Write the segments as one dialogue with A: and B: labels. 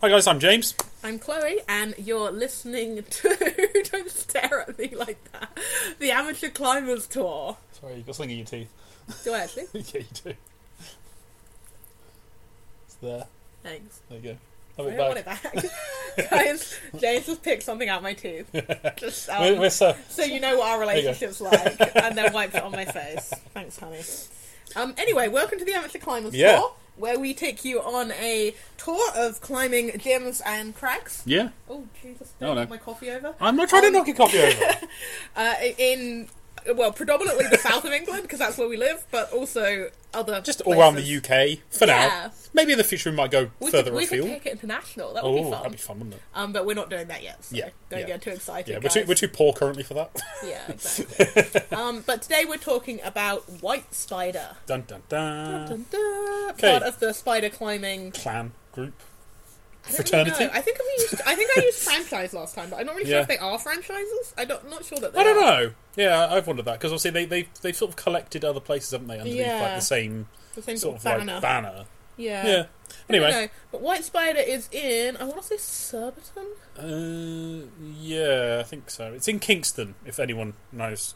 A: Hi guys, I'm James.
B: I'm Chloe, and you're listening to. Don't stare at me like that. The Amateur Climbers Tour.
A: Sorry, you got something in your teeth.
B: Do I actually?
A: yeah, you do. It's there.
B: Thanks.
A: There you go.
B: I
A: Have
B: don't
A: it
B: want
A: back.
B: it back. James, James has picked something out of my tooth. Just, um,
A: We're, we're so,
B: so you know what our
A: you go.
B: relationship's like, and then wipes it on my face. Thanks, honey. Um, anyway, welcome to the Amateur Climbers
A: Yeah.
B: Tour, where we take you on a tour of climbing gyms and crags.
A: yeah.
B: Oh, Jesus,
A: Oh,
B: don't
A: no.
B: knock my coffee over.
A: I'm not trying
B: Um,
A: to knock your coffee over.
B: uh, in well, predominantly the south of England because that's where we live, but also other
A: Just all around the
B: places.
A: UK for
B: Yeah.
A: now. Maybe in the future we might go
B: We
A: further
B: could, we could
A: afield.
B: take it international. That would
A: oh,
B: be fun.
A: that'd be fun, wouldn't it?
B: Um, but we're not doing that yet. So
A: Yeah,
B: Don't
A: yeah.
B: get too excited.
A: Yeah, we're too,
B: guys.
A: we're too poor currently for that.
B: Yeah, exactly. um, but today we're talking about White Spider,
A: dun dun dun.
B: Dun, dun,
A: Okay.
B: part of the spider climbing
A: Clan group.
B: I don't
A: Fraternity?
B: Really know. I think we used. I think I used franchise last time, but I'm not really
A: Yeah.
B: sure if they are franchises. I'm not, not sure that they
A: I don't
B: are.
A: know. Yeah, I- I've wondered that because obviously they they they sort of collected other places, haven't they? Underneath like
B: Yeah.
A: the same
B: The same
A: sort of
B: banner.
A: like banner.
B: yeah.
A: Yeah. Anyway,
B: No, but White Spider is in. I want to say Surbiton.
A: Uh, yeah, I think so. It's in Kingston, if anyone knows.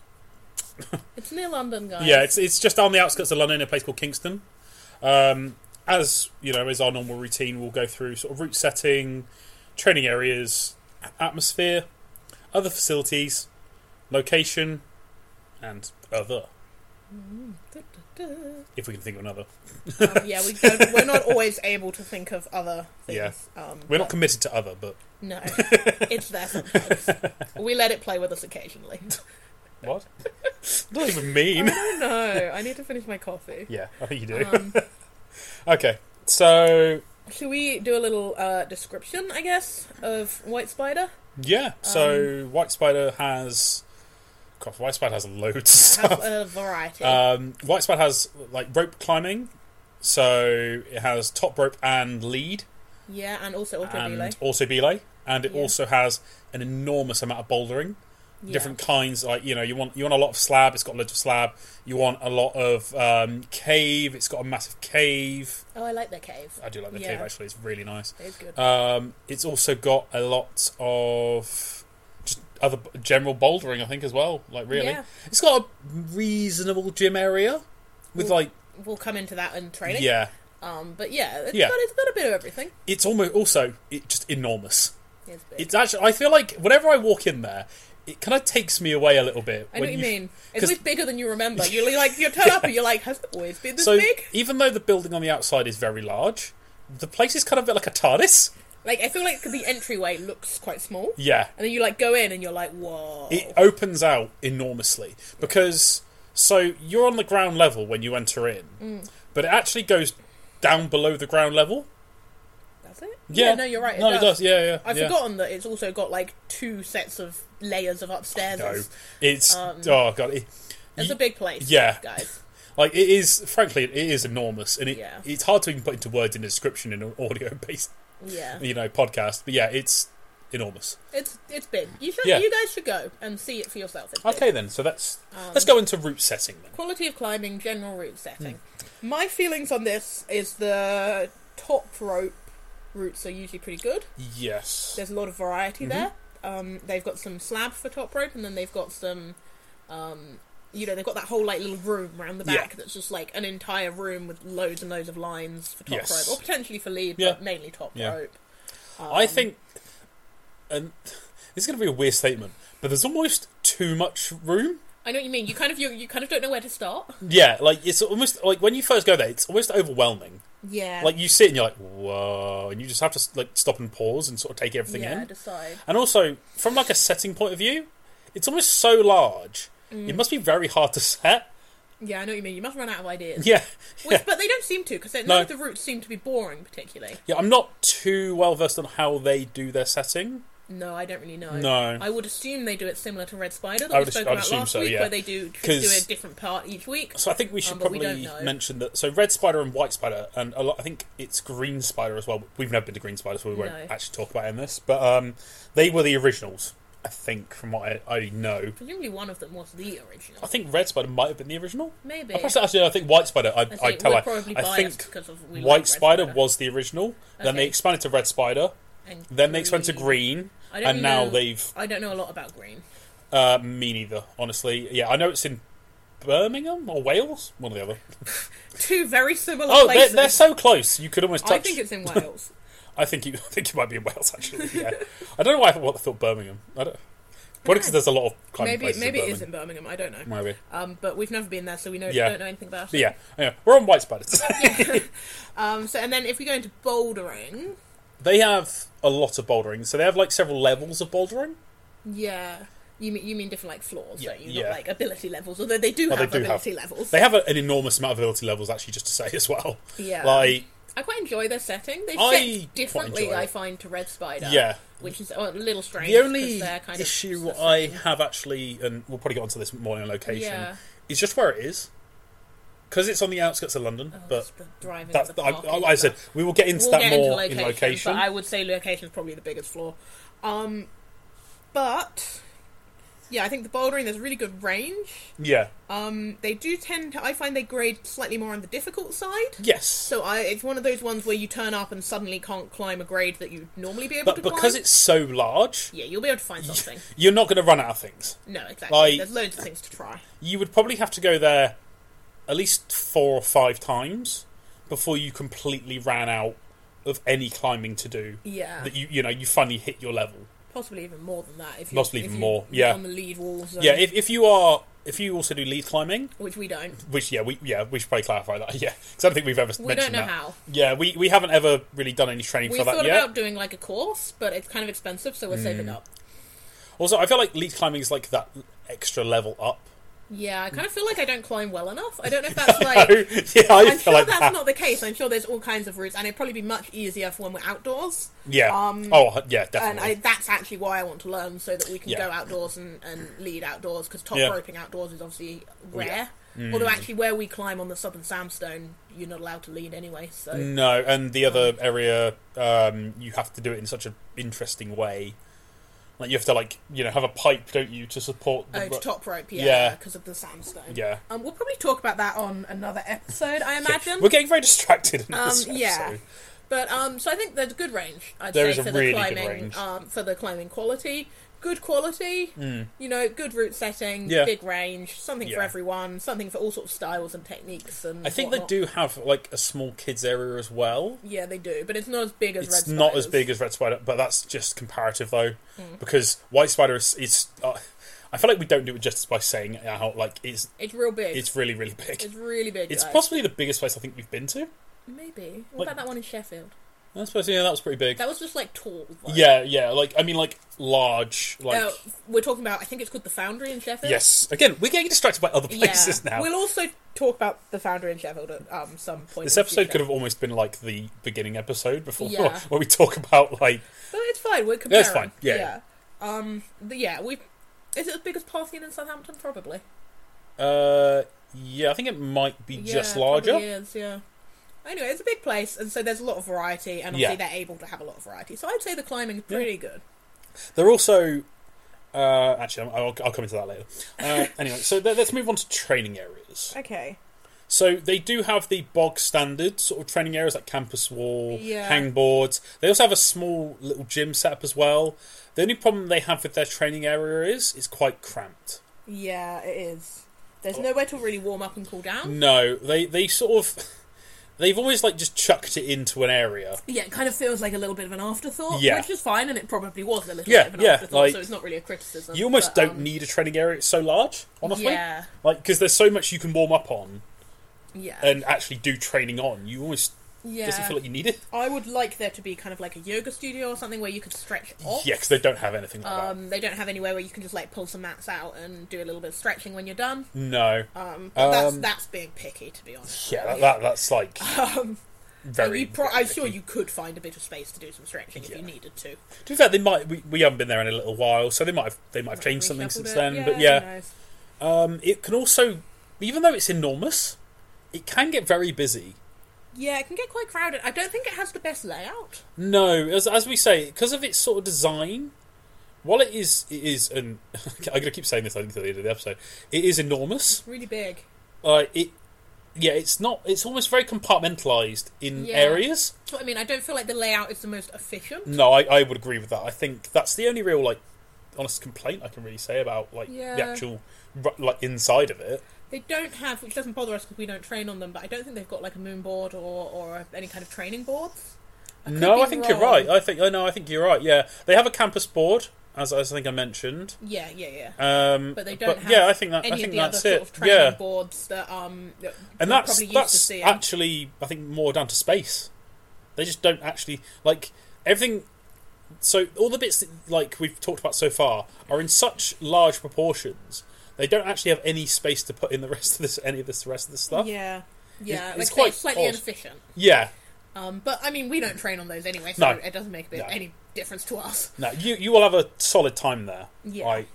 B: It's near London, guys.
A: Yeah, it's it's just on the outskirts of London, in a place called Kingston. Um, as you know, is our normal routine, we'll go through sort of route setting, training areas, a- atmosphere, other facilities, location, and other.
B: Du-du-du.
A: If we can think of another,
B: Um, yeah, we don't, we're not always able to think of other things. Um,
A: we're not committed to other, but
B: no, it's there sometimes. we let it play with us occasionally.
A: what? Not even mean.
B: no, I need to finish my coffee.
A: Yeah, I think you do.
B: Um,
A: okay, so
B: should we do a little uh, description, I guess, of White Spider?
A: Yeah. So
B: Um,
A: White Spider has. God, White Spider has loads of stuff.
B: Have a variety.
A: Um, White Spider has like rope climbing, so it has top rope and lead,
B: yeah, and also auto
A: and
B: relay.
A: also belay, and it
B: Yeah.
A: also has an enormous amount of bouldering.
B: Yeah.
A: Different kinds, like you know, you want you want a lot of slab. It's got loads of slab. You want a lot of um, cave. It's got a massive cave.
B: Oh, I like the cave.
A: I do like the
B: Yeah.
A: cave actually. It's really nice.
B: It's good.
A: Um, it's also got a lot of just other b- general bouldering, I think, as well. Like, really,
B: Yeah.
A: it's got a reasonable gym area with
B: Well,
A: like,
B: we'll come into that in training.
A: yeah,
B: Um, but yeah, it's
A: Yeah.
B: got it's got a bit of everything.
A: it's almost also it just enormous.
B: It's big.
A: It's actually, I feel like whenever I walk in there, it kind of takes me away a little bit.
B: I know what you mean. It's
A: 'cause-
B: always bigger than you remember. You're like you turn up and you're like, has it always been this
A: So
B: big?
A: even though the building on the outside is very large, the place is kind of a bit like a TARDIS.
B: Like I feel like the entryway looks quite small,
A: Yeah,
B: and then you like go in and you're like, whoa.
A: it opens out enormously because so you're on the ground level when you enter in,
B: Mm.
A: but it actually goes down below the ground level.
B: does it?
A: Yeah,
B: no, you're right. It
A: no,
B: does.
A: Yeah, yeah.
B: I've
A: yeah.
B: forgotten that it's also got like two sets of layers of upstairs.
A: No,
B: It's,
A: it's oh god, it,
B: Um, it's
A: you-
B: a big place.
A: yeah.
B: guys.
A: like it is. Frankly, it is enormous, and it
B: Yeah.
A: it's hard to even put into words in a description in an audio based
B: Yeah,
A: you know podcast. But yeah, it's enormous.
B: it's it's big. You should
A: Yeah.
B: you guys should go and see it for yourself. It's big.
A: Okay, then. So that's
B: Um,
A: let's go into route setting then.
B: Quality of climbing, general route setting.
A: Hmm.
B: My feelings on this is the top rope routes are usually pretty good.
A: Yes.
B: There's a lot of variety
A: Mm-hmm.
B: there. Um, they've got some slab for top rope, and then they've got some, um, you know, they've got that whole like little room around the
A: Yeah.
B: back that's just like an entire room with loads and loads of lines for top
A: Yes.
B: rope, or potentially for lead,
A: Yeah.
B: but mainly top
A: Yeah.
B: rope. Um,
A: I think, and this is going to be a weird statement, but there's almost too much room.
B: I know what you mean. You kind of you, you kind of don't know where to start.
A: Yeah, like it's almost like when you first go there, it's almost overwhelming.
B: Yeah,
A: Like you sit and you're like, whoa, and you just have to like stop and pause and sort of take everything
B: yeah,
A: in.
B: decide.
A: And also, from like a setting point of view, it's almost so large. It must be very hard to set.
B: Yeah, I know what you mean. You must run out of ideas.
A: Yeah,
B: Which,
A: yeah.
B: but they don't seem to because none
A: No.
B: of the routes seem to be boring particularly.
A: yeah. I'm not too well versed on how they do their setting.
B: No, I don't really know.
A: No.
B: I would assume they do it similar to Red Spider that
A: I
B: we
A: would
B: spoke
A: as- I'd
B: about
A: assume
B: last
A: so,
B: week,
A: yeah.
B: where they do just
A: 'Cause-
B: do a different part each week.
A: So I think we should
B: Um, but we
A: probably
B: don't know.
A: mention that. So Red Spider and White Spider, and a lot, I think it's Green Spider as well. We've never been to Green Spider, so we won't
B: No.
A: actually talk about it in this. But um, they were the originals. I think, from what I, I know.
B: Presumably one of them was the original.
A: I think Red Spider might have been the original.
B: Maybe.
A: I Actually, actually, I think White Spider. I, I,
B: think
A: tell
B: we're
A: her.
B: probably
A: I
B: biased
A: think
B: because of we like
A: White
B: Red
A: Spider,
B: Spider.
A: was the original. Then they
B: Okay.
A: expanded to Red Spider.
B: And
A: Then they expanded to Green.
B: I don't
A: And now
B: know-
A: they've
B: I don't know a lot about green.
A: uh, me neither. Honestly, yeah, I know it's in Birmingham or Wales, one or the other.
B: Two very similar
A: Oh, they're,
B: places.
A: they're so close. You could almost touch.
B: I think it's in Wales.
A: I think you I think it might be in Wales actually. Yeah, I don't know why I thought, I thought Birmingham. I don't. Probably because there's a lot of climbing
B: maybe
A: places
B: maybe
A: in
B: it is
A: Birmingham.
B: in Birmingham. I don't know.
A: Maybe.
B: Um, but we've never been there, so we know,
A: Yeah.
B: don't know anything about
A: But
B: it.
A: yeah, anyway, we're on White Spider.
B: Um, so and then if we go into bouldering,
A: they have a lot of bouldering, so they have like several levels of bouldering.
B: yeah, you mean you mean different like floors,
A: Yeah,
B: don't you?
A: yeah.
B: Not like ability levels, although they do
A: Well, they
B: have
A: do have-
B: ability levels.
A: They have a, an enormous amount of ability levels, actually, just to say as well.
B: Yeah.
A: Like,
B: I quite enjoy their setting. They
A: I quite
B: fit differently,
A: enjoy it.
B: I find, to Red Spider.
A: Yeah.
B: which is oh, a little strange.
A: the
B: 'cause
A: only
B: they're kind of
A: issue
B: s-
A: I have actually, and we'll probably get onto this more in location,
B: Yeah.
A: is just where it is. Because it's on the outskirts of
B: Oh,
A: London, but
B: the driving,
A: that's,
B: the
A: I,
B: parking
A: I,
B: and
A: I said
B: stuff.
A: we will get into
B: we'll
A: that
B: get
A: more
B: into location,
A: in location.
B: but I would say location is probably the biggest flaw. Um, but yeah, I think the bouldering there's really good range.
A: yeah.
B: Um, they do tend to. I find they grade slightly more on the difficult side.
A: Yes.
B: So I, it's one of those ones where you turn up and suddenly can't climb a grade that you'd normally be able
A: but
B: to
A: because
B: climb.
A: it's so large,
B: yeah, you'll be able to find something.
A: you're not going to run out of things.
B: No, exactly.
A: Like-
B: There's loads of things to try.
A: You would probably have to go there at least four or five times before you completely ran out of any climbing to do.
B: Yeah.
A: That you you know you finally hit your level.
B: Possibly even more than that. If you,
A: Possibly
B: if
A: even
B: you-
A: more,
B: you're
A: yeah.
B: On the lead walls. um,
A: Yeah. If if you are if you also do lead climbing,
B: which we don't.
A: which yeah we yeah we should probably clarify that yeah because I don't think we've ever
B: We don't
A: mentioned
B: know
A: that.
B: how.
A: Yeah. We we haven't ever really done any training
B: We
A: for that Mm.
B: thought
A: yet.
B: about doing like a course, but it's kind of expensive, so we're saving up.
A: Also, I feel like lead climbing is like that extra level up.
B: Yeah, I kind of feel like I don't climb well enough. I don't know if that's
A: yeah,
B: like.
A: Mm. I
B: I'm
A: feel
B: sure
A: like
B: that's
A: that.
B: not the case. I'm sure there's all kinds of routes, and it'd probably be much easier for when we're outdoors.
A: Yeah.
B: Um,
A: oh yeah, definitely.
B: and I, that's actually why I want to learn so that we can
A: Yeah.
B: go outdoors and, and lead outdoors because top
A: Yeah. Oh, Mm.
B: roping outdoors is obviously rare. Although actually, where we climb on the southern sandstone, you're not allowed to lead anyway. So
A: No, and the other area, um, you have to do it in such an interesting way. Like you have to like you know have a pipe, don't you, to support the
B: oh, to top rope, yeah,
A: Yeah.
B: because of the sandstone.
A: Yeah.
B: um, we'll probably talk about that on another episode, I imagine.
A: We're getting very distracted. In
B: Um,
A: this
B: yeah.
A: episode.
B: But um, so I think there's good range. I'd
A: There
B: say
A: is a
B: for
A: really
B: the
A: good
B: climbing,
A: range.
B: Um, for the climbing quality, good quality. You know, good route setting,
A: Hmm. Yeah.
B: big range, something for
A: Yeah.
B: everyone, something for all sorts of styles and techniques. And
A: I think
B: whatnot.
A: they do have like a small kids area as well.
B: Yeah, they do, but it's not as big as
A: It's
B: Red
A: not as
B: Spiders. Hmm.
A: big as Red Spider, but that's just comparative though, because White Spider is. is uh, I feel like we don't do it justice by saying it out. Like it's
B: It's real big. It's,
A: it's really really big. It's,
B: really big. guys.
A: possibly the biggest place I think we've been to.
B: maybe. What
A: like-
B: about that one in Sheffield?
A: I suppose yeah, that was pretty big.
B: That was just like tall. Like,
A: Yeah, yeah. Like I mean, like large. Like
B: Uh, we're talking about. I think it's called the Foundry in Sheffield.
A: yes. Again, we're getting distracted by other
B: Yeah.
A: places now.
B: We'll also talk about the Foundry in Sheffield at um, some point.
A: this
B: in the
A: episode
B: future.
A: could have almost been like the beginning episode before,
B: Yeah.
A: where we talk about like
B: But it's fine. We're comparing.
A: it's fine, yeah.
B: Yeah. Um. but yeah. We. Is it as big as Parthian in Southampton? Probably.
A: uh yeah, I think it might be
B: Yeah,
A: just
B: it
A: larger.
B: probably is, yeah. Anyway, it's a big place, and so there's a lot of variety, and obviously
A: Yeah.
B: they're able to have a lot of variety. So I'd say the climbing's pretty good.
A: They're also uh actually I'll, I'll come into that later. Uh, anyway, so th- let's move on to training areas.
B: Okay.
A: So they do have the bog standard sort of training areas like campus wall,
B: Yeah.
A: hangboards. They also have a small little gym set up as well. The only problem they have with their training area is it's quite cramped.
B: Yeah, it is. There's
A: Oh.
B: nowhere to really warm up and cool down.
A: No, they they sort of they've always like just chucked it into an area.
B: Yeah, it kind of feels like a little bit of an afterthought,
A: Yeah.
B: which is fine, and it probably was a little
A: Yeah,
B: bit of an
A: yeah,
B: afterthought,
A: like-
B: so it's not really a criticism.
A: You almost
B: but,
A: don't
B: um,
A: need a training area; it's so large, honestly.
B: Yeah.
A: Like because there's so much you can warm up on
B: Yeah.
A: and actually do training on. You almost
B: yeah.
A: doesn't feel like you need it.
B: I would like there to be kind of like a yoga studio or something where you could stretch off.
A: Yeah, because they don't have anything like
B: Um, they don't have anywhere where you can just like pull some mats out and do a little bit of stretching when you're done.
A: that. No.
B: Um, but that's
A: Um,
B: that's being picky, to be honest.
A: yeah, that, that that's like
B: Um, and
A: very.
B: you pro-
A: very
B: I'm sure
A: picky.
B: you could find a bit of space to do some stretching if
A: Yeah.
B: you needed to.
A: To be fair, they might. We, we haven't been there in a little while, so they might have. They might have changed something
B: Reshuffled
A: since
B: it.
A: then. but
B: who
A: yeah,
B: knows?
A: um, it can also, even though it's enormous, it can get very busy.
B: yeah, it can get quite crowded. I don't think it has the best layout.
A: No, as as we say, because of its sort of design, While it is, it is, and I'm going to keep saying this. I think till the end of the episode, it is enormous.
B: Really big.
A: Uh, it, yeah, it's not. It's almost very compartmentalized in
B: Yeah.
A: areas.
B: That's what I mean. I don't feel like the layout is the most efficient.
A: No, I, I would agree with that. I think that's the only real like honest complaint I can really say about like
B: Yeah.
A: the actual ru- like inside of it.
B: They don't have, which doesn't bother us because we don't train on them. But I don't think they've got like a moon board or or any kind of training boards. could
A: no,
B: be
A: I think you're
B: wrong.
A: right. I think I know. I think you're right. Yeah, they have a campus board, as, as I think I mentioned.
B: Yeah, yeah, yeah.
A: Um,
B: But they don't have
A: yeah, I think that.
B: any
A: I think
B: of the other
A: that's
B: sort
A: it.
B: of training
A: yeah,
B: boards that um that
A: and
B: you're
A: that's
B: probably used to
A: that's
B: seeing.
A: actually I think more down to space. They just don't actually like everything. So all the bits that, like we've talked about so far are in such large proportions. They don't actually have any space to put in the rest of this any of this rest of this stuff.
B: yeah, yeah.
A: it's
B: like I say,
A: quite
B: it's slightly
A: odd.
B: inefficient.
A: Yeah.
B: Um, but I mean, we don't train on those anyway, so
A: No.
B: it doesn't make a bit,
A: No.
B: any difference to us.
A: No, you you will have a solid time there.
B: Yeah.
A: Right.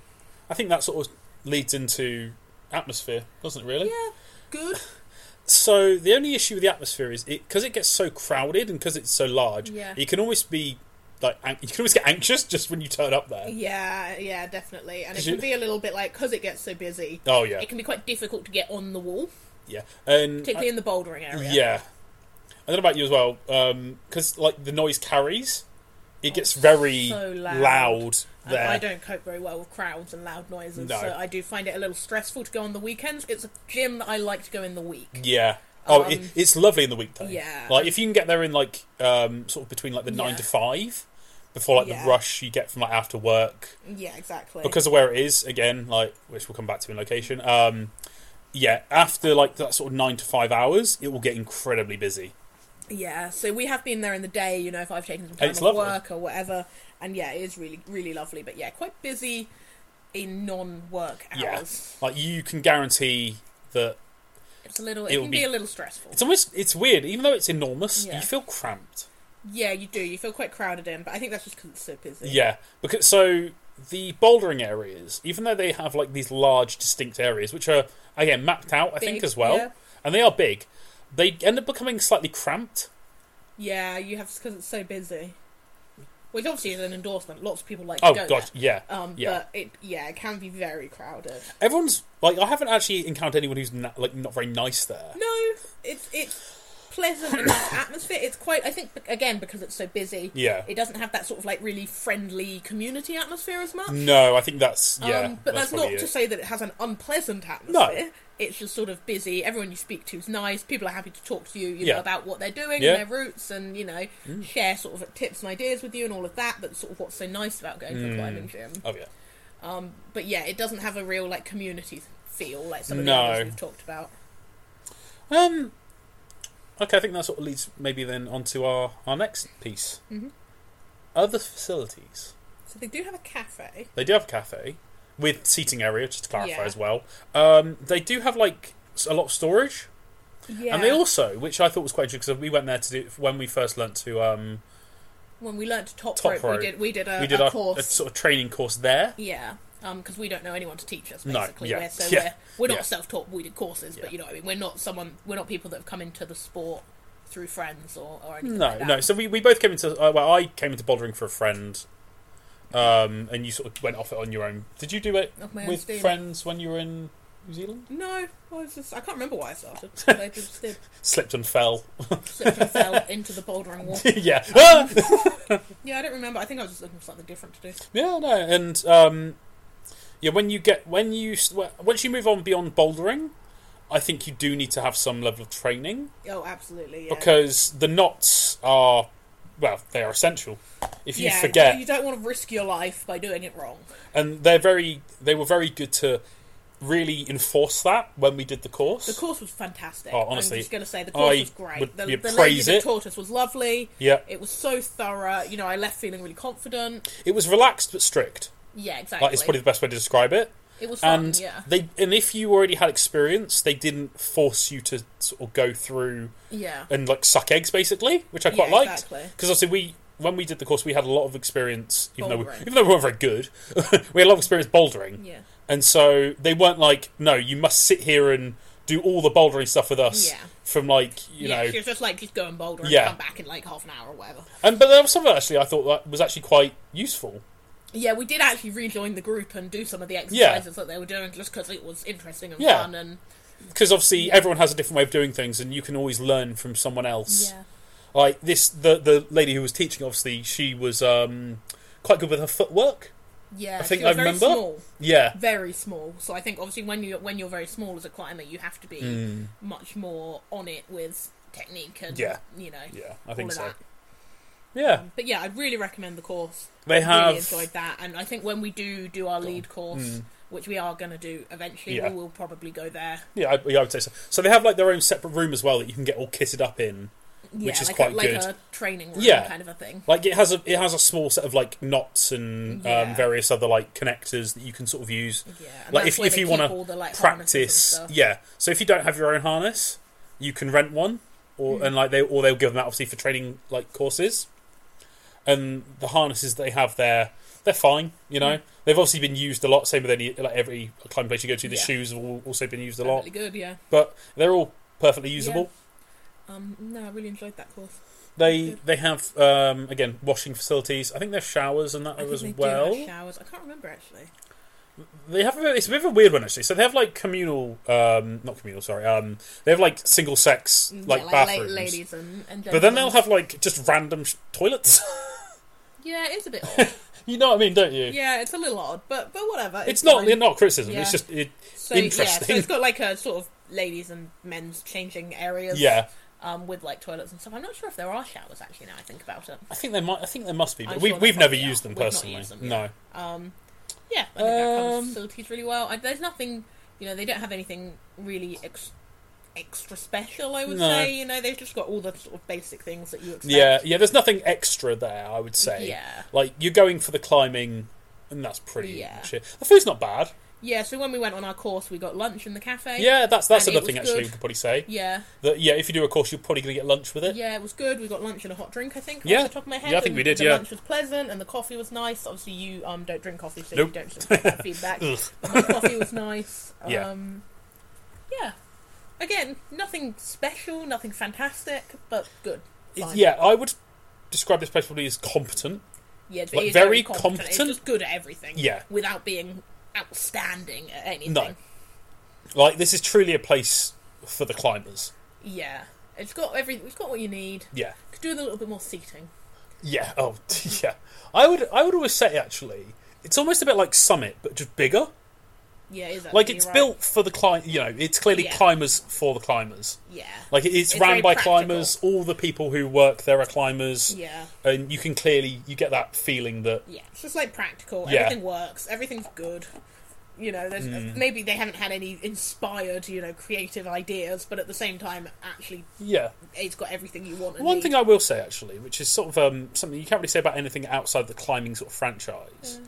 A: I think that sort of leads into atmosphere, doesn't it? Really.
B: Yeah, good.
A: So the only issue with the atmosphere is it because it gets so crowded and because it's so large.
B: Yeah.
A: You can always be like an- you can always get anxious just when you turn up there.
B: Yeah, yeah, definitely. And it
A: 'Cause
B: can
A: you-
B: be a little bit like because it gets so busy.
A: Oh yeah,
B: It can be quite difficult to get on the wall,
A: yeah, and
B: particularly in the bouldering area.
A: yeah. I don't know about you as well, because like the noise carries, it gets very
B: Oh, so loud. And
A: there.
B: I don't cope very well with crowds and loud noises,
A: No.
B: so I do find it a little stressful to go on the weekends. It's a gym that I like to go in the week.
A: Yeah. Oh,
B: Um,
A: it, it's lovely in the weekday.
B: yeah.
A: Like if you can get there in like um sort of between like the nine
B: Yeah.
A: to five, before like
B: Yeah.
A: the rush you get from like after work
B: Yeah, exactly.
A: because of where it is again. Like which we'll come back to in location. Um, yeah, after like that sort of nine to five hours, it will get incredibly busy.
B: Yeah, so we have been there in the day, you know, if I've taken some
A: And
B: time
A: it's
B: off
A: lovely.
B: work or whatever. And yeah, it is really, really lovely. But yeah, quite busy in non-work
A: Yeah,
B: hours.
A: like you can guarantee that
B: It's a little. It
A: It'll
B: can be,
A: be-
B: a little stressful.
A: it's almost it's weird. Even though it's enormous,
B: Yeah.
A: you feel cramped.
B: Yeah, you do. You feel quite crowded in, but I think that's just because it's so busy.
A: Yeah, because so the bouldering areas, even though they have like these large distinct areas, which are again mapped out, I think
B: Big,
A: as well,
B: yeah.
A: and they are big, they end up becoming slightly cramped.
B: Yeah, you have because it's so busy. Which obviously is an endorsement. Lots of people like to
A: Oh
B: go
A: gosh, yeah,
B: there. Um,
A: yeah.
B: But it, yeah, it can be very crowded.
A: Everyone's like, I haven't actually encountered anyone who's na- like not very nice there.
B: No, it's it's pleasant enough atmosphere. It's quite. I think again because it's so busy.
A: Yeah.
B: It doesn't have that sort of like really friendly community atmosphere as much.
A: No, I think that's Mm. yeah.
B: um, but that's, not
A: probably
B: to
A: it.
B: say that it has an unpleasant atmosphere. It's just sort of busy. Everyone you speak to is nice. People are happy to talk to you, you
A: Yeah.
B: know, about what they're doing
A: Yeah. Mm.
B: and their roots and, you know, share sort of tips and ideas with you and all of that. That's sort of what's so nice about going to a climbing gym.
A: Oh yeah,
B: But yeah, it doesn't have a real, like, community feel like some of
A: No.
B: the others we've talked about.
A: Um, okay, I think that sort of leads maybe then onto our our next piece. Mm-hmm. Other facilities.
B: So they do have a cafe.
A: They do have a cafe with seating area, just to clarify
B: Yeah.
A: as well. Um, they do have like s- a lot of storage,
B: Yeah.
A: and they also, which I thought was quite interesting, because we went there to do when we first learnt to um,
B: when we learned to top,
A: Top
B: rope,
A: rope.
B: we did we did a,
A: we did
B: a
A: our a
B: course.
A: sort of training course there.
B: yeah. Because we don't know anyone to teach us,
A: No,
B: basically.
A: yeah,
B: We're, so
A: yeah,
B: we're, we're not
A: yeah.
B: self-taught. We did courses,
A: Yeah.
B: but you know, what I mean, we're not someone. We're not people that have come into the sport through friends or, or anything.
A: No,
B: like that.
A: no. So we, we both came into uh, well, I came into bouldering for a friend, um, and you sort of went off it on your own. Did you do it
B: Off my own
A: with
B: steam.
A: friends when you were in New Zealand?
B: No, I was just, I can't remember why I started. But I just did
A: Slipped and fell.
B: slipped and fell into the bouldering wall.
A: yeah. Ah!
B: Yeah, I don't remember. I think I was just looking for something different to do.
A: Yeah, no, and um, yeah, when you get when you s- w- once you move on beyond bouldering, I think you do need to have some level of training
B: Oh, absolutely. Yeah.
A: because the knots are well, they are essential. If you
B: yeah,
A: forget,
B: you don't want to risk your life by doing it wrong.
A: and they're very they were very good to really enforce that when we did the course.
B: The course was fantastic.
A: Oh, honestly,
B: I'm just going to say the course
A: I
B: was great.
A: would-
B: the
A: yeah,
B: the lady
A: praise
B: that
A: it.
B: taught us was lovely.
A: Yeah.
B: It was so thorough. You know, I left feeling really confident.
A: It was relaxed but strict.
B: Yeah, exactly.
A: Like it's probably the best way to describe it.
B: it was fun.
A: And
B: yeah.
A: they and if you already had experience, they didn't force you to sort of go through
B: yeah.
A: and like suck eggs basically, which I quite
B: Yeah,
A: liked.
B: exactly.
A: Because obviously we when we did the course we had a lot of experience even though we,
B: Bouldering.
A: even though we weren't very good, we had a lot of experience bouldering.
B: Yeah.
A: And so they weren't like, no, you must sit here and do all the bouldering stuff with us
B: Yeah.
A: from like you
B: yeah,
A: know
B: she was just like, just go and boulder and
A: Yeah.
B: come back in like half an hour or whatever.
A: and but there was some of it actually I thought that was actually quite useful.
B: Yeah, we did actually rejoin the group and do some of the
A: Yeah.
B: exercises that they were doing just because it was interesting and
A: Yeah.
B: fun and
A: Because obviously everyone has a different way of doing things, and you can always learn from someone else.
B: yeah,
A: Like this, the the lady who was teaching, obviously she was um, quite good with her footwork.
B: yeah.
A: I think
B: she was
A: I
B: very
A: remember.
B: Small,
A: Yeah,
B: very small. So I think obviously when you when you're very small as a climber, you have to be much more on it with technique and
A: Mm. Yeah.
B: you know
A: yeah, I think
B: all of
A: so.
B: that.
A: Yeah,
B: But yeah, I'd really recommend the course.
A: they have. Hmm.
B: really enjoyed that, and I think when we do do our lead course, which we are going to do eventually,
A: Yeah.
B: we will probably go there.
A: Yeah, I, yeah, I would say so. So they have like their own separate room as well that you can get all kitted up in.
B: Yeah,
A: is
B: like
A: quite
B: a, like
A: good.
B: a training room
A: Yeah.
B: kind of a thing.
A: Like it has a it has a small set of like knots and um,
B: Mm-hmm. Yeah.
A: various other like connectors that you can sort of use.
B: Yeah, and
A: like
B: that's
A: if
B: where
A: if
B: they
A: you
B: keep
A: want
B: all the,
A: to
B: like, harnesses and
A: practice,
B: stuff.
A: yeah. So if you don't have your own harness, you can rent one,
B: Hmm.
A: or and like they or they'll give them out obviously for training like courses. And the harnesses they have there, they're fine. You
B: Hmm.
A: know, they've obviously been used a lot. Same with any like every climbing place you go to, the
B: Yeah.
A: shoes have all, also been used a lot,
B: Really good, yeah.
A: but they're all perfectly usable.
B: Um, no, I really enjoyed that course.
A: They they have um, again washing facilities. I think there's showers and that
B: I think
A: as
B: they
A: well.
B: do have showers. I can't remember actually.
A: They have a bit, it's a bit of a weird one actually. So they have like communal, um, not communal, sorry. Um, they have like single sex like,
B: Mm, yeah,
A: bathrooms,
B: la- ladies and, and
A: but then
B: gentlemen.
A: they'll have like just random sh- toilets.
B: yeah, it's a bit odd.
A: you know what I mean, don't you?
B: yeah, it's a little odd, but but whatever.
A: It's not
B: fine.
A: not criticism. It's
B: Yeah.
A: just it,
B: so, Yeah,
A: interesting.
B: so it's got like a sort of ladies and men's changing areas.
A: yeah.
B: Um, with like toilets and stuff. I'm not sure if there are showers actually. Now I think about it.
A: I think there might. I think there must be, but
B: I'm
A: we,
B: sure there
A: we've never
B: probably are.
A: used them
B: We've not
A: personally.
B: used them,
A: No.
B: Yeah, I think that
A: Um,
B: covers facilities really well. I, there's nothing, you know, they don't have anything really ex- extra special. I would
A: No.
B: say, you know, they've just got all the sort of basic things that you expect.
A: Yeah, yeah. There's nothing extra there. I would say.
B: Yeah.
A: Like you're going for the climbing, and that's pretty
B: Yeah.
A: much it. The food's not bad.
B: Yeah, so when we went on our course, we got lunch in the cafe.
A: Yeah, that's that's
B: And it
A: another
B: was
A: thing actually we
B: good.
A: could probably say.
B: Yeah.
A: That yeah, if you do a course, you're probably going to get lunch with it.
B: Yeah, it was good. We got lunch and a hot drink, I think,
A: Yeah.
B: off the top of my head.
A: Yeah, I think
B: and
A: we did,
B: The
A: yeah.
B: lunch was pleasant, and the coffee was nice. Obviously, you um don't drink coffee, so
A: Nope.
B: you don't sort of get that feedback.
A: Ugh.
B: But the coffee was nice.
A: Yeah.
B: Um, yeah. Again, nothing special, nothing fantastic, but good.
A: It-
B: Fine.
A: yeah, I would describe this place probably as competent.
B: Yeah, it's
A: Like,
B: it's
A: very
B: It's
A: competent?
B: just good at everything.
A: Yeah.
B: Without being outstanding at anything.
A: No. Like this is truly a place for the climbers.
B: Yeah. It's got every. It's got what you need.
A: Yeah,
B: Could do with a little bit more seating.
A: yeah. Oh, yeah. I would I would always say actually, it's almost a bit like Summit, but just bigger.
B: Yeah, is that
A: Like it's built for the climb. You know, it's clearly
B: Yeah.
A: climbers for the climbers.
B: Yeah.
A: Like it- it's,
B: It's
A: ran
B: very
A: by
B: practical.
A: climbers. All the people who work there are climbers.
B: yeah.
A: And you can clearly you get that feeling that
B: Yeah. It's just like practical.
A: Yeah. Mm.
B: Everything works. Everything's good. You know, there's, maybe they haven't had any inspired, you know, creative ideas, but at the same time, actually,
A: yeah,
B: it's got everything you want. and
A: One
B: need.
A: thing I will say, actually, which is sort of um, something you can't really say about anything outside the climbing sort of franchise.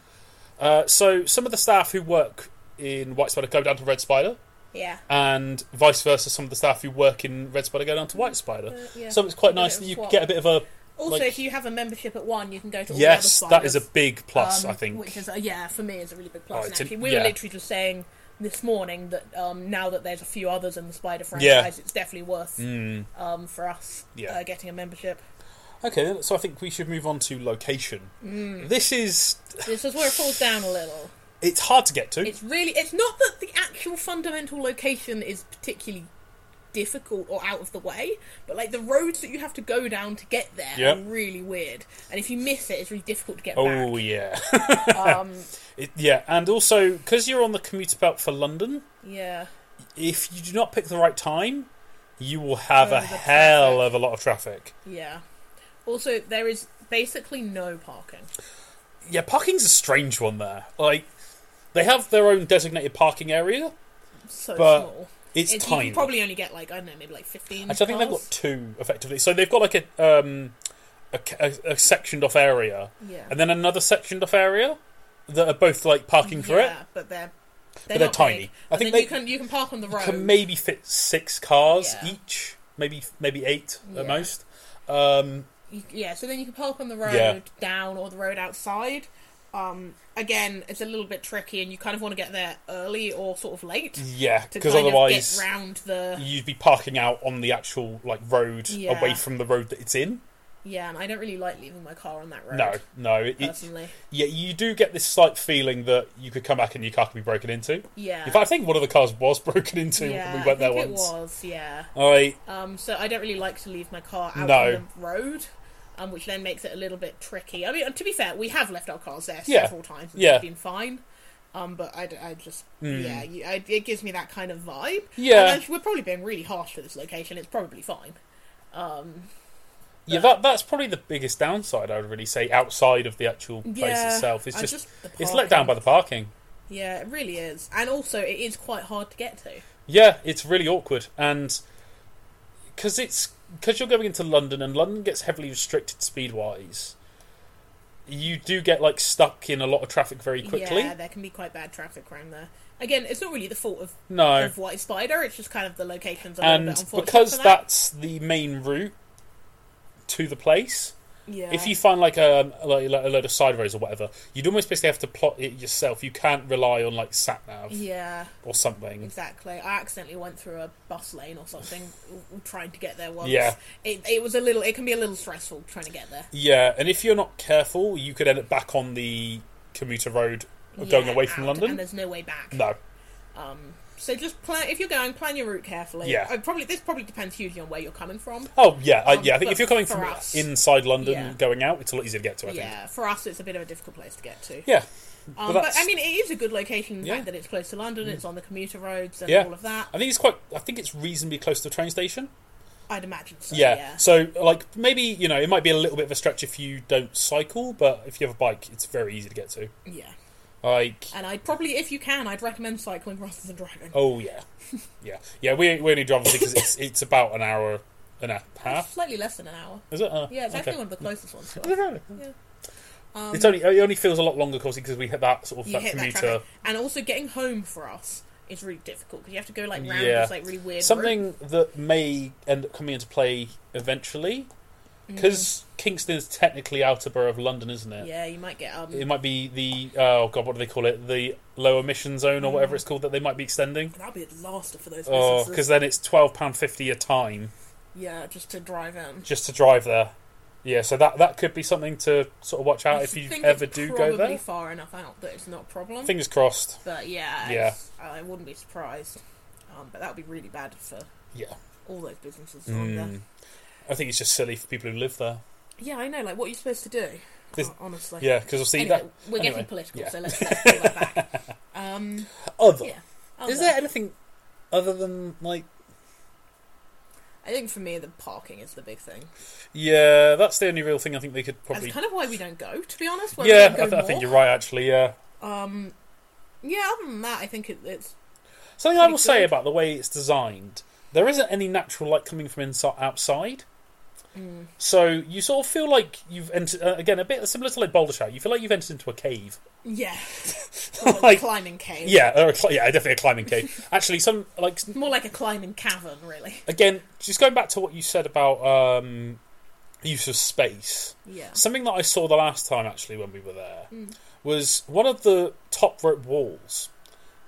A: Uh, so, some of the staff who work in White Spider go down to Red Spider,
B: Yeah.
A: and vice versa. Some of the staff who work in Red Spider go down to White Spider.
B: Uh, yeah.
A: So it's quite
B: A bit
A: nice
B: of
A: that you
B: swap.
A: get a bit of a
B: Also,
A: like-
B: if you have a membership at one, you can go to all
A: yes.
B: the other
A: That is a
B: spiders.
A: big plus,
B: um,
A: I think.
B: Which is, uh, yeah, for me, is a really big plus.
A: Oh,
B: and
A: it's an-
B: actually, we
A: yeah.
B: were literally just saying this morning that um, now that there's a few others in the Spider franchise,
A: Yeah. Mm.
B: it's definitely worth um, for us
A: Yeah.
B: uh, getting a membership.
A: Okay, then, so I think we should move on to location.
B: Mm.
A: This is
B: This is where it falls down a little.
A: it's hard to get to.
B: It's really, it's not that the actual fundamental location is particularly difficult or out of the way, but like the roads that you have to go down to get there
A: Yep.
B: are really weird, and if you miss it, it's really difficult to get
A: oh
B: back.
A: yeah,
B: Um,
A: it, yeah, and also because you're on the commuter belt for London.
B: yeah.
A: if you do not pick the right time, you will have a
B: Loads of
A: hell
B: traffic.
A: of a lot of traffic.
B: Yeah. Also, there is basically no parking.
A: Yeah, parking's a strange one there. Like, they have their own designated parking area.
B: So
A: But
B: small.
A: It's,
B: It's- You
A: tiny.
B: can probably only get like I don't know, maybe like fifteen.
A: Actually, I think they've
B: cars.
A: got two effectively. So they've got like a um, a, a- a sectioned off area,
B: Yeah.
A: and then another sectioned off area that are both like parking for it.
B: Yeah, but they're
A: they're
B: they're, not
A: tiny.
B: Big.
A: I
B: And
A: think
B: then
A: they-
B: you can you can park on the road.
A: Can maybe fit six cars
B: Yeah.
A: each, maybe maybe eight
B: Yeah.
A: at most. Um,
B: You- yeah, so then you can park on the road
A: Yeah.
B: down or the road outside. Um, again, it's a little bit tricky, and you kind of want to get there early or sort of late
A: yeah,
B: to
A: because
B: kind
A: Mm-hmm. otherwise
B: of get round the
A: you'd be parking out on the actual like road
B: Yeah.
A: away from the road that it's in.
B: Yeah, and I don't really like leaving my car on that road.
A: No, no. It, it,
B: Personally.
A: yeah, you do get this slight feeling that you could come back and your car could be broken into.
B: Yeah.
A: In fact, I think one of the cars was broken into
B: yeah,
A: when we went
B: I
A: there
B: think it
A: once.
B: was, yeah.
A: I
B: Um, so I don't really like to leave my car out
A: No.
B: on the road, um, which then makes it a little bit tricky. I mean, to be fair, we have left our cars there
A: Yeah.
B: several times. and
A: Yeah. Hmm.
B: it's been fine. Um, but I, d- I just yeah, you, I, it gives me that kind of vibe.
A: Yeah.
B: And actually, we're probably being really harsh to this location. It's probably fine.
A: yeah, that that's probably the biggest downside I would really say outside of the actual place
B: Yeah,
A: itself. It's
B: I
A: just,
B: just- the
A: it's let down
B: parking.
A: by the parking.
B: Yeah, it really is, and also it is quite hard to get to.
A: Yeah, it's really awkward, and because it's because you're going into London, and London gets heavily restricted speed wise. You do get like stuck in a lot of traffic very quickly.
B: Yeah, there can be quite bad traffic around there. Again, it's not really the fault of,
A: no,
B: of White Spider. It's just kind of the locations. A little bit
A: and
B: unfortunate
A: because
B: for that,
A: that's the main route to the place,
B: yeah,
A: if you find like a, like like a load of side roads or whatever, you'd almost basically have to plot it yourself. You can't rely on like sat nav
B: yeah.
A: or something.
B: Exactly. I accidentally went through a bus lane or something w- w- trying to get there once.
A: Yeah.
B: It, it was a little. It can be a little stressful trying to get there.
A: Yeah, and if you're not careful, you could end up back on the commuter road going
B: Yeah,
A: away from
B: out,
A: London.
B: and there's no way back.
A: No.
B: So just plan if you're going, plan your route carefully.
A: Yeah.
B: I probably this probably depends hugely on where you're coming from.
A: Oh yeah, I,
B: Um,
A: yeah. I think
B: but
A: if you're coming
B: for
A: from
B: us-
A: inside London,
B: Yeah.
A: going out, it's a lot easier to get to. I think.
B: Yeah. For us, it's a bit of a difficult place to get to.
A: Yeah.
B: Um, but,
A: that's-
B: I mean, it is a good location. in The
A: Yeah. Mm.
B: fact that it's close to London, it's on the commuter roads and
A: yeah.
B: all of that.
A: I think it's quite. I think it's reasonably close to the train station.
B: I'd imagine so.
A: Yeah.
B: Oh, Yeah.
A: So like maybe you know it might be a little bit of a stretch if you don't cycle, but if you have a bike, it's very easy to get to.
B: Yeah.
A: Like
B: And I'd probably, if you can, I'd recommend cycling rather than driving.
A: oh yeah, yeah, yeah. We we only drive because it's it's about an hour and a half.
B: Slightly less than an hour.
A: Is it? Uh,
B: Yeah, it's actually
A: okay.
B: one of the closest ones to us.
A: Is it really?
B: Yeah. Um,
A: it's only it only feels a lot longer, of course, because we hit that sort of
B: you
A: that
B: hit that
A: commuter.
B: traffic. And also getting home for us is really difficult because you have to go like round
A: Yeah.
B: this like really weird route.
A: something that may end up coming into play eventually because Kingston is technically outer borough of London, isn't it?
B: Mm. Yeah, you might get um.
A: It might be the oh god, what do they call it? The low emission zone or
B: Mm.
A: whatever it's called that they might be extending.
B: That'd be a disaster for those
A: Oh,
B: businesses.
A: because then it's twelve pound fifty a time
B: yeah, just to drive in.
A: just to drive there. Yeah, so that that could be something to sort of watch out
B: I
A: if you
B: think
A: ever
B: it's
A: do go
B: probably
A: there.
B: far enough out that it's not a problem.
A: Fingers crossed.
B: but yeah,
A: Yeah.
B: it's- I wouldn't be surprised. Um, but that would be really bad for
A: Yeah, Mm.
B: all those businesses on there.
A: Hmm. I think it's just silly for people who live there.
B: Yeah, I know. Like, what are you supposed to do?
A: This-
B: honestly.
A: Yeah, because obviously
B: Oh, Anyway,
A: that
B: we're
A: anyway,
B: getting political,
A: yeah.
B: so let's let's pull that back. Um,
A: other.
B: yeah.
A: Is
B: Other-
A: there anything other than like
B: I think for me, the parking is the big thing.
A: Yeah, that's the only real thing I think they could
B: That's
A: probably.
B: kind of why we don't go, to be honest. Why
A: yeah,
B: we
A: I,
B: don't
A: th-
B: go
A: I think
B: more.
A: you're right. Actually, yeah.
B: Um, yeah, other than that, I think it, it's
A: Something I
B: Pretty
A: will say
B: good.
A: about the way it's designed, there isn't any natural light coming from inside outside.
B: Hmm.
A: So you sort of feel like you've entered uh, again a bit similar to like Boulder Shout. You feel like you've entered into a cave.
B: yeah, Or a
A: Like-
B: climbing cave.
A: Yeah, or a cli- yeah, definitely a climbing cave. Actually, some like
B: more like a climbing cavern, really.
A: again, just going back to what you said about um, use of space.
B: Yeah,
A: Something that I saw the last time actually when we were there
B: Hmm.
A: was one of the top rope walls.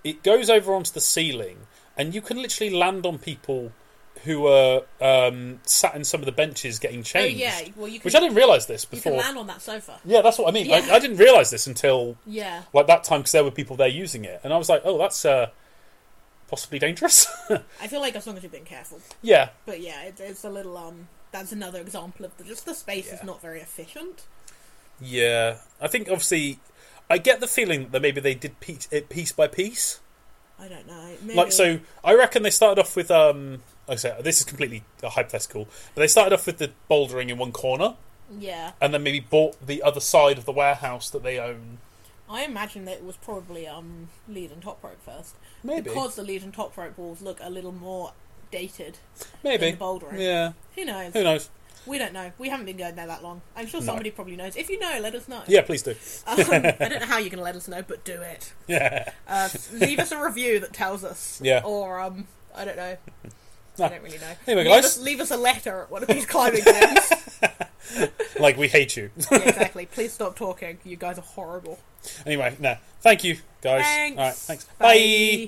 A: It goes over onto the ceiling, and you can literally land on people who are um, sat in some of the benches getting
B: oh
A: changed.
B: yeah. Well, you can
A: Which I didn't realise this
B: you can
A: before.
B: land on that sofa.
A: Yeah, that's what I mean.
B: Yeah.
A: I, I didn't realise this until
B: Yeah,
A: like that time because there were people there using it, and I was like, oh, that's uh, possibly dangerous.
B: I feel like as long as you've been careful.
A: yeah,
B: But yeah, it, it's a little um. That's another example of the, just the space is
A: Yeah.
B: not very efficient.
A: yeah. I think obviously, I get the feeling that maybe they did piece, it piece by piece.
B: I don't know. Maybe.
A: like so i reckon they started off with um like i say this is completely uh, hypothetical but they started off with the bouldering in one corner
B: Yeah,
A: and then maybe bought the other side of the warehouse that they own
B: I imagine that it was probably um lead and top rope first.
A: Maybe.
B: because the lead and top rope walls look a little more dated.
A: maybe
B: In the bouldering.
A: yeah
B: Who knows?
A: who knows
B: We don't know. We haven't been going there that long. I'm sure
A: No.
B: somebody probably knows. If you know, let us know.
A: yeah please do
B: Um, I don't know how you're going to let us know, but do it.
A: yeah
B: Uh, leave us a review that tells us.
A: Yeah.
B: Or, um, I don't know.
A: No.
B: I don't really know.
A: Anyway,
B: leave,
A: guys.
B: us, leave us a letter at one of these climbing games.
A: like we hate you
B: yeah, exactly. Please stop talking. You guys are horrible.
A: anyway nah thank you guys
B: Thanks.
A: all right thanks bye.